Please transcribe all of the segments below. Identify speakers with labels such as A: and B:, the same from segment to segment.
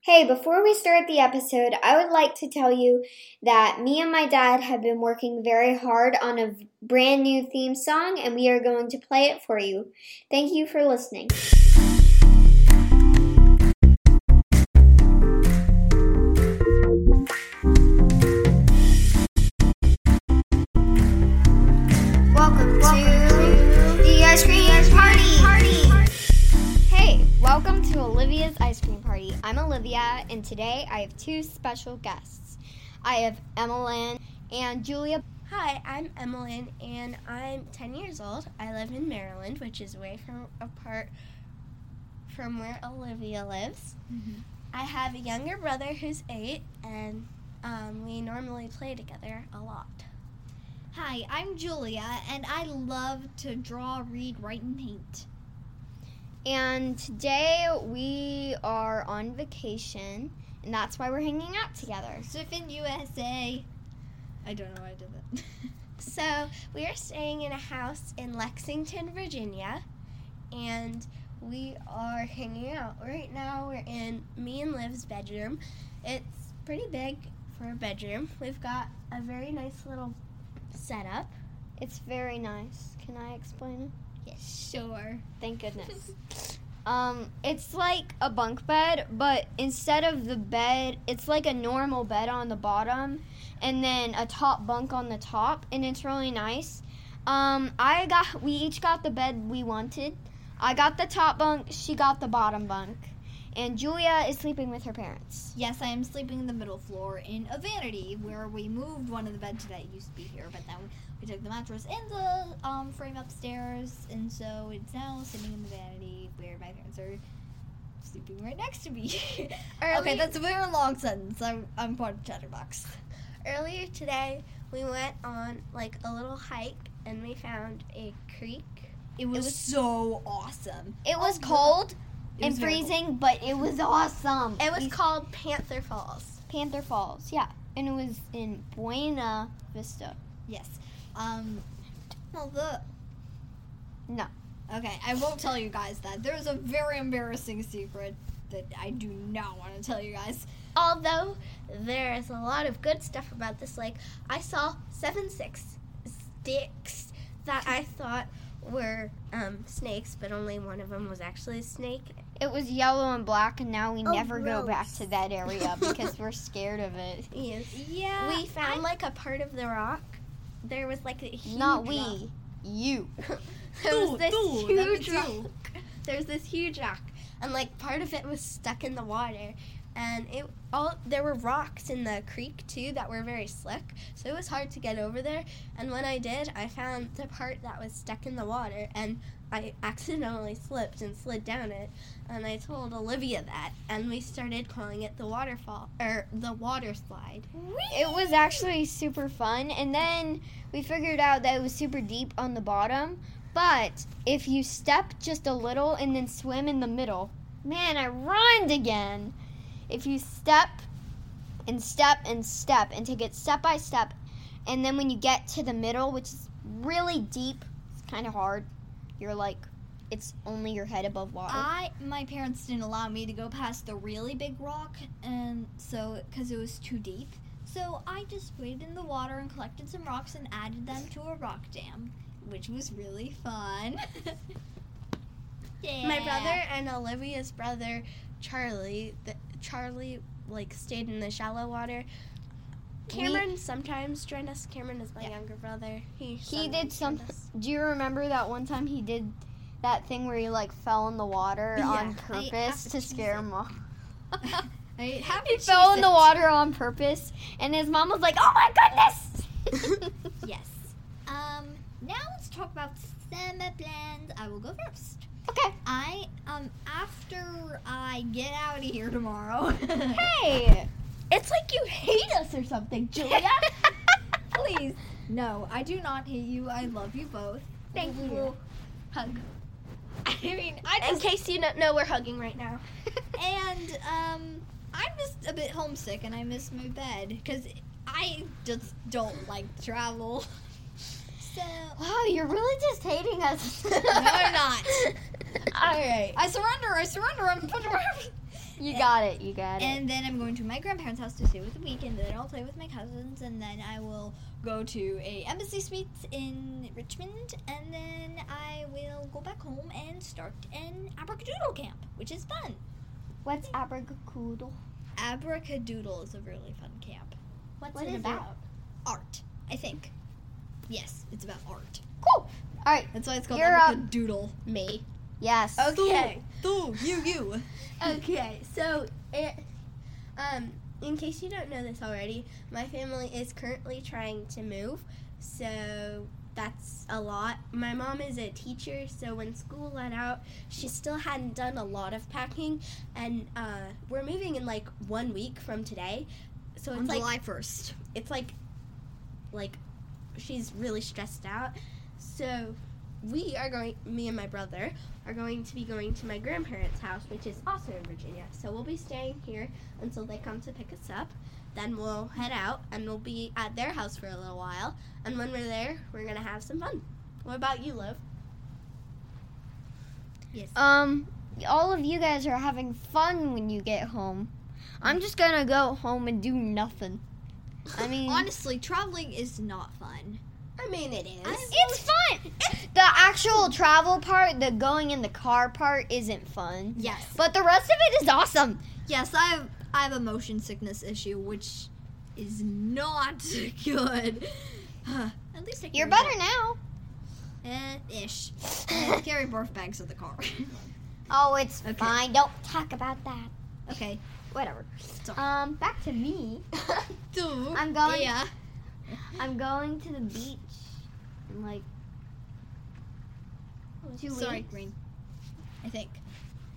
A: Hey, before we start the episode, I would like to tell you that me and my dad have been working very hard on a brand new theme song, and we are going to play it for you. Thank you for listening. Welcome to the ice cream party. Hey, welcome to Olivia's ice cream party. I'm Olivia, and today I have two special guests. I have Emmeline and Julia.
B: Hi, I'm Emmeline, and I'm 10 years old. I live in Maryland, which is way from apart from where Olivia lives.
A: Mm-hmm.
B: I have a younger brother who's eight, and um, we normally play together a lot.
C: Hi, I'm Julia,
A: Uh,
C: and I love to draw, read, write, and paint.
A: And today we are on vacation, and that's why we're hanging out together.
C: Surfing USA. I don't know why I did that.
B: So, we are staying in a house in Lexington, Virginia, and we are hanging out. Right now, we're in me and Liv's bedroom. It's pretty big for a bedroom. We've got a very nice little setup.
A: It's very nice. Can I explain it?
B: Yes, sure.
A: Thank goodness. um, it's like a bunk bed, but instead of the bed, it's like a normal bed on the bottom, and then a top bunk on the top, and it's really nice. Um, I got we each got the bed we wanted. I got the top bunk. She got the bottom bunk, and Julia is sleeping with her parents.
C: Yes, I am sleeping in the middle floor in a vanity where we moved one of the beds that used to be here, but then we took the mattress and the um, frame upstairs, and so it's now sitting in the vanity where my parents are sleeping right next to me.
B: Early-
C: okay, that's a very long sentence. I'm, I'm part of Chatterbox.
B: Earlier today, we went on like a little hike and we found a creek.
C: It was,
A: was-
C: so awesome.
A: It was
C: yeah.
A: cold
C: It
A: and
C: was very cool.
A: freezing, but it was awesome.
B: It was
A: We-
B: called Panther Falls.
A: Panther Falls, yeah, and it was in Buena Vista.
C: Yes. Um, well, the.
A: No.
C: Okay, I won't tell you guys that. There's a very embarrassing secret that I do not want to tell you guys.
B: Although there is a lot of good stuff about this lake, I saw seven six sticks that I thought were um, snakes, but only one of them was actually a snake.
A: It was yellow and black, and now we
B: Oh,
A: never go back
B: gross.
A: to that area because we're scared of it.
B: Yes.
C: Yeah.
B: We found like a part of the rock. There was like a huge
A: Not we,
B: rock.
A: you.
B: There was
C: Dude,
B: this
C: dude, that
B: huge
C: means
B: rock.
C: you.
B: There was this huge rock, and like part of it was stuck in the water, and it all there were rocks in the creek too that were very slick, so it was hard to get over there. And when I did, I found the part that was stuck in the water, and I accidentally slipped and slid down it. And I told Olivia that, and we started calling it the waterfall or the water slide.
A: It was actually super fun, and then we figured out that it was super deep on the bottom. But if you step just a little and then swim in the middle, man, I rhymed again. If you step and step and step and take it step by step, and then when you get to the middle, which is really deep, it's kind of hard. You're like, it's only your head above water.
C: I my parents didn't allow me to go past the really big rock, and so because it was too deep, so I just waded in the water and collected some rocks and added them to a rock dam, which was really fun. yeah.
B: My brother and Olivia's brother, Charlie. The, Charlie like stayed in the shallow water. Cameron sometimes joined us. Cameron is my
A: Yeah.
B: younger brother. He
A: He
B: sometimes
A: did
B: joined
A: some.
B: us.
A: Do you remember that one time he did that thing where he like fell in the water on
C: Yeah, I-
A: purpose to scare him off?
C: I
A: He
C: haven't
A: fell in the
C: cheated.
A: water on purpose, and his mom was like, "Oh my goodness!"
C: Yes. Um. Now let's talk about summer plans. I will go first.
A: okay.
C: I um after I get out of here tomorrow.
A: Hey.
C: It's like you hate us or something, Julia. Please. No, I do not hate you. I love you both.
B: Thank
C: We
B: you.
C: will Hug. I mean, I
B: In
C: just
B: case you don't know, we're hugging right now.
C: and um I'm just a bit homesick and I miss my bed cuz I just don't like travel. So,
A: Wow, you're really just hating us.
C: no, I'm not.
B: All right.
C: I surrender. I surrender. I'm
A: You got it. You got it.
C: And then I'm going to my grandparents' house to stay with the week, and then I'll play with my cousins, and then I will go to a embassy suite in Richmond, and then I will go back home and start an abracadoodle camp, which is fun.
A: What's abracadoodle?
C: Abracadoodle is a really fun camp.
A: What's
B: it about?
C: Art, I think. Yes, it's about art.
A: Cool. All right.
C: That's why it's called
A: You're up.
C: abracadoodle.
B: Me.
A: Yes.
B: Okay.
C: Doo, you, you.
B: Okay, so it, um, in case you don't know this already, my family is currently trying to move, so that's a lot. My mom is a teacher, so when school let out, she still hadn't done a lot of packing, and uh, we're moving in like one week from today, so it's
C: On
B: like
C: July 1st.
B: it's like like she's really stressed out so we are going me and my brother are going to be going to my grandparents house which is also in virginia so we'll be staying here until they come to pick us up then we'll head out and we'll be at their house for a little while and when we're there we're gonna have some fun what about you love
C: Yes.
A: Um, all of you guys are having fun when you get home. I'm just gonna go home and do nothing. I mean,
C: Honestly, traveling is not fun.
B: i mean it is
A: it's fun. The actual travel part, the going in the car part, isn't fun.
C: Yes.
A: But the rest of it is awesome.
C: Yes, I have I have a motion sickness issue, which is not good. At least I can
A: You're
C: read
A: better now.
C: it. Eh, ish. I carry barf bags in the car.
A: Oh, it's
C: Okay.
A: fine. Don't talk about that.
C: okay.
A: Whatever.
C: Sorry.
A: Um, back to me.
C: Two.
A: I'm
B: Oh,
A: going-
C: Yeah.
A: I'm going to the beach in like two
C: Sorry,
A: weeks.
C: Green. I think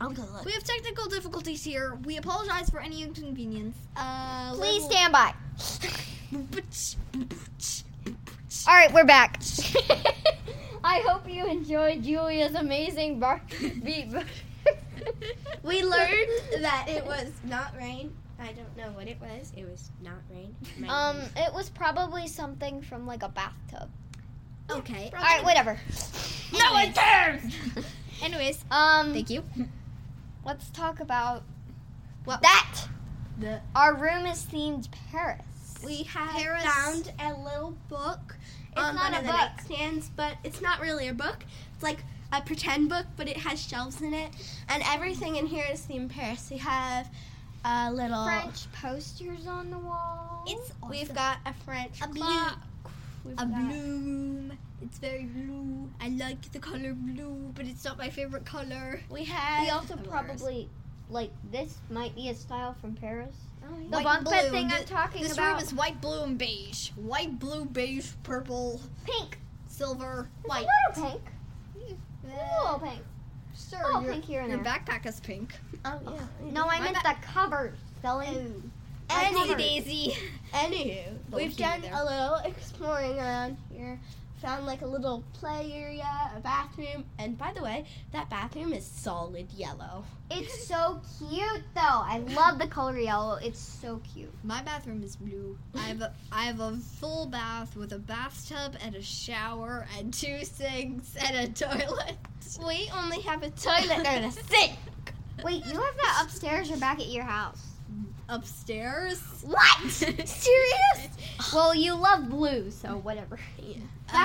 B: i'm gonna look
C: we have technical difficulties here. We apologize for any inconvenience. Uh,
A: Please
C: level-
A: stand by.
C: All
A: All right, we're back. I hope you enjoyed Julia's amazing bar beat.
B: we learned that it was not rain i don't know what it was it was not rain Might have
A: Um, it was probably something from like a bathtub.
C: right. Okay.
A: All right, whatever.
B: been- no one cares
C: Anyways,
A: Um,
C: thank you.
A: let's talk about
C: What-
A: that.
C: The
A: Our room is themed Paris.
B: We have
C: Paris-
B: found a little book um,
A: It's
B: on
A: not
B: one
A: a
B: of the
A: book.
B: nightstands, but it's not really a book. It's like a pretend book, but it has shelves in it, and everything in here is themed Paris. We have a little.
A: French posters on the wall.
C: Uh, it's awesome.
B: We've got a French
C: A blue-
B: clock. We've
C: a
B: got-
C: blue room. It's very blue. I like the color blue, but it's not my favorite color.
B: We have.
A: we also
C: Hilarious.
A: probably like this might be a style from Paris.
B: oh, yeah.
A: The
C: White
A: bunk
C: and
A: bed
C: blue.
A: thing
C: Thi-
A: I'm talking
C: This
A: about.
C: room is white, blue, and beige. White, blue, beige, purple,
A: pink.
C: silver,
A: It's
C: white.
A: A little pink.
C: Eh,
A: It's a little pink.
C: sure,
A: Oh,
C: your,
A: pink here and
C: your
A: there.
C: backpack is pink.
B: Oh, yeah.
A: No, I
C: My Oh.
A: meant the cover, Sally.
B: Any
A: covered.
C: daisy.
B: Anywho,
C: Little
B: we've
C: key
B: done
C: there.
B: a little exploring around here. Found like a little play area, a bathroom, and by the way, that bathroom is solid yellow.
A: It's so cute though. I love the color yellow. It's so cute.
C: My bathroom is blue. I have a, I have a full bath with a bathtub and a shower and two sinks and a toilet.
B: We only have a toilet and a sink.
A: Wait, you have that upstairs or back at your house?
C: upstairs.
A: What? Serious? well, you love blue, so whatever. Back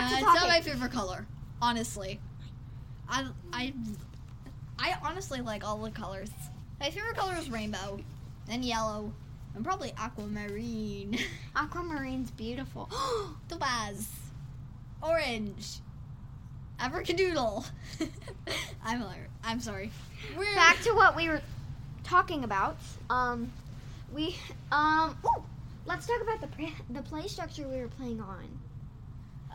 A: to
C: uh, it's not
A: topic.
C: my favorite color, honestly. I I I honestly like all the colors. My favorite color is rainbow and yellow and probably aquamarine,
A: Aquamarine's beautiful.
C: topaz, orange, abracadoodle. I'm hilarious. I'm sorry. We're
A: Back to what we were talking about. Um, we um. Ooh, let's talk about the pre- the play structure we were playing on.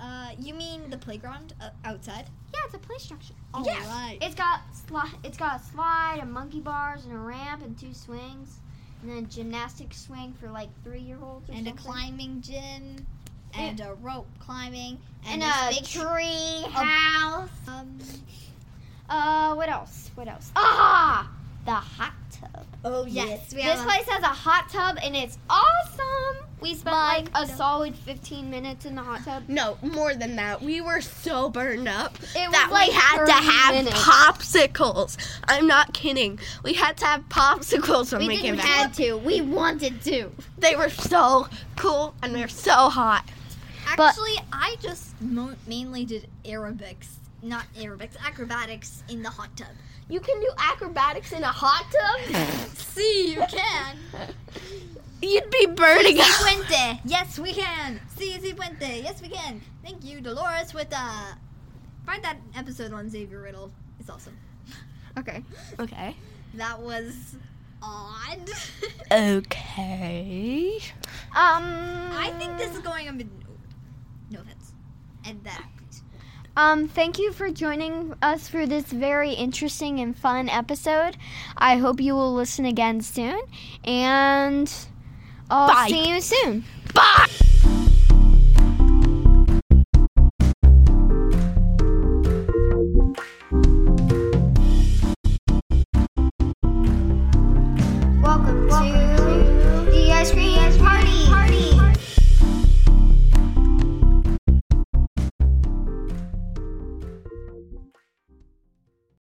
C: uh, you mean the playground uh, outside?
A: Yeah, it's a play structure.
C: All
A: Yes.
C: right.
A: It's got sli- It's got a slide, and monkey bars, and a ramp, and two swings, and then a gymnastics swing for like three year olds.
C: and a climbing gym, and a rope climbing,
A: And,
C: this
A: a
C: big
A: tree house.
C: um,
A: Uh, what else? What else? Ah, the hot tub.
B: Oh
C: yes, we
A: this
C: have a-
A: place has a hot tub and it's awesome. We spent like a solid 15 minutes in the hot tub.
B: No, more than that. We were so burned up
A: It
B: that we had to
A: 30
B: have
A: minutes.
B: popsicles. I'm not kidding. We had to have popsicles when we,
A: We
B: came
A: didn't
B: back.
A: had to. We wanted to.
B: they were so cool and they're so hot.
A: But-
C: Actually, I just mo- mainly did aerobics, not aerobics, acrobatics in the hot tub.
B: You can do acrobatics in a hot tub?
C: See, you can.
B: You'd be burning
C: Si
B: up.
C: puente. Yes, we can. Si, si puente. Yes, we can. Thank you, Dolores, with uh, find that episode on Xavier Riddle. It's awesome.
A: Okay.
B: Okay.
C: That was odd.
B: Okay.
A: Um.
C: I think this is going on. mid- No offense. And that, please.
A: Um, thank you for joining us for this very interesting and fun episode. I hope you will listen again soon, and I'll
B: Bye.
A: see you soon.
B: Bye.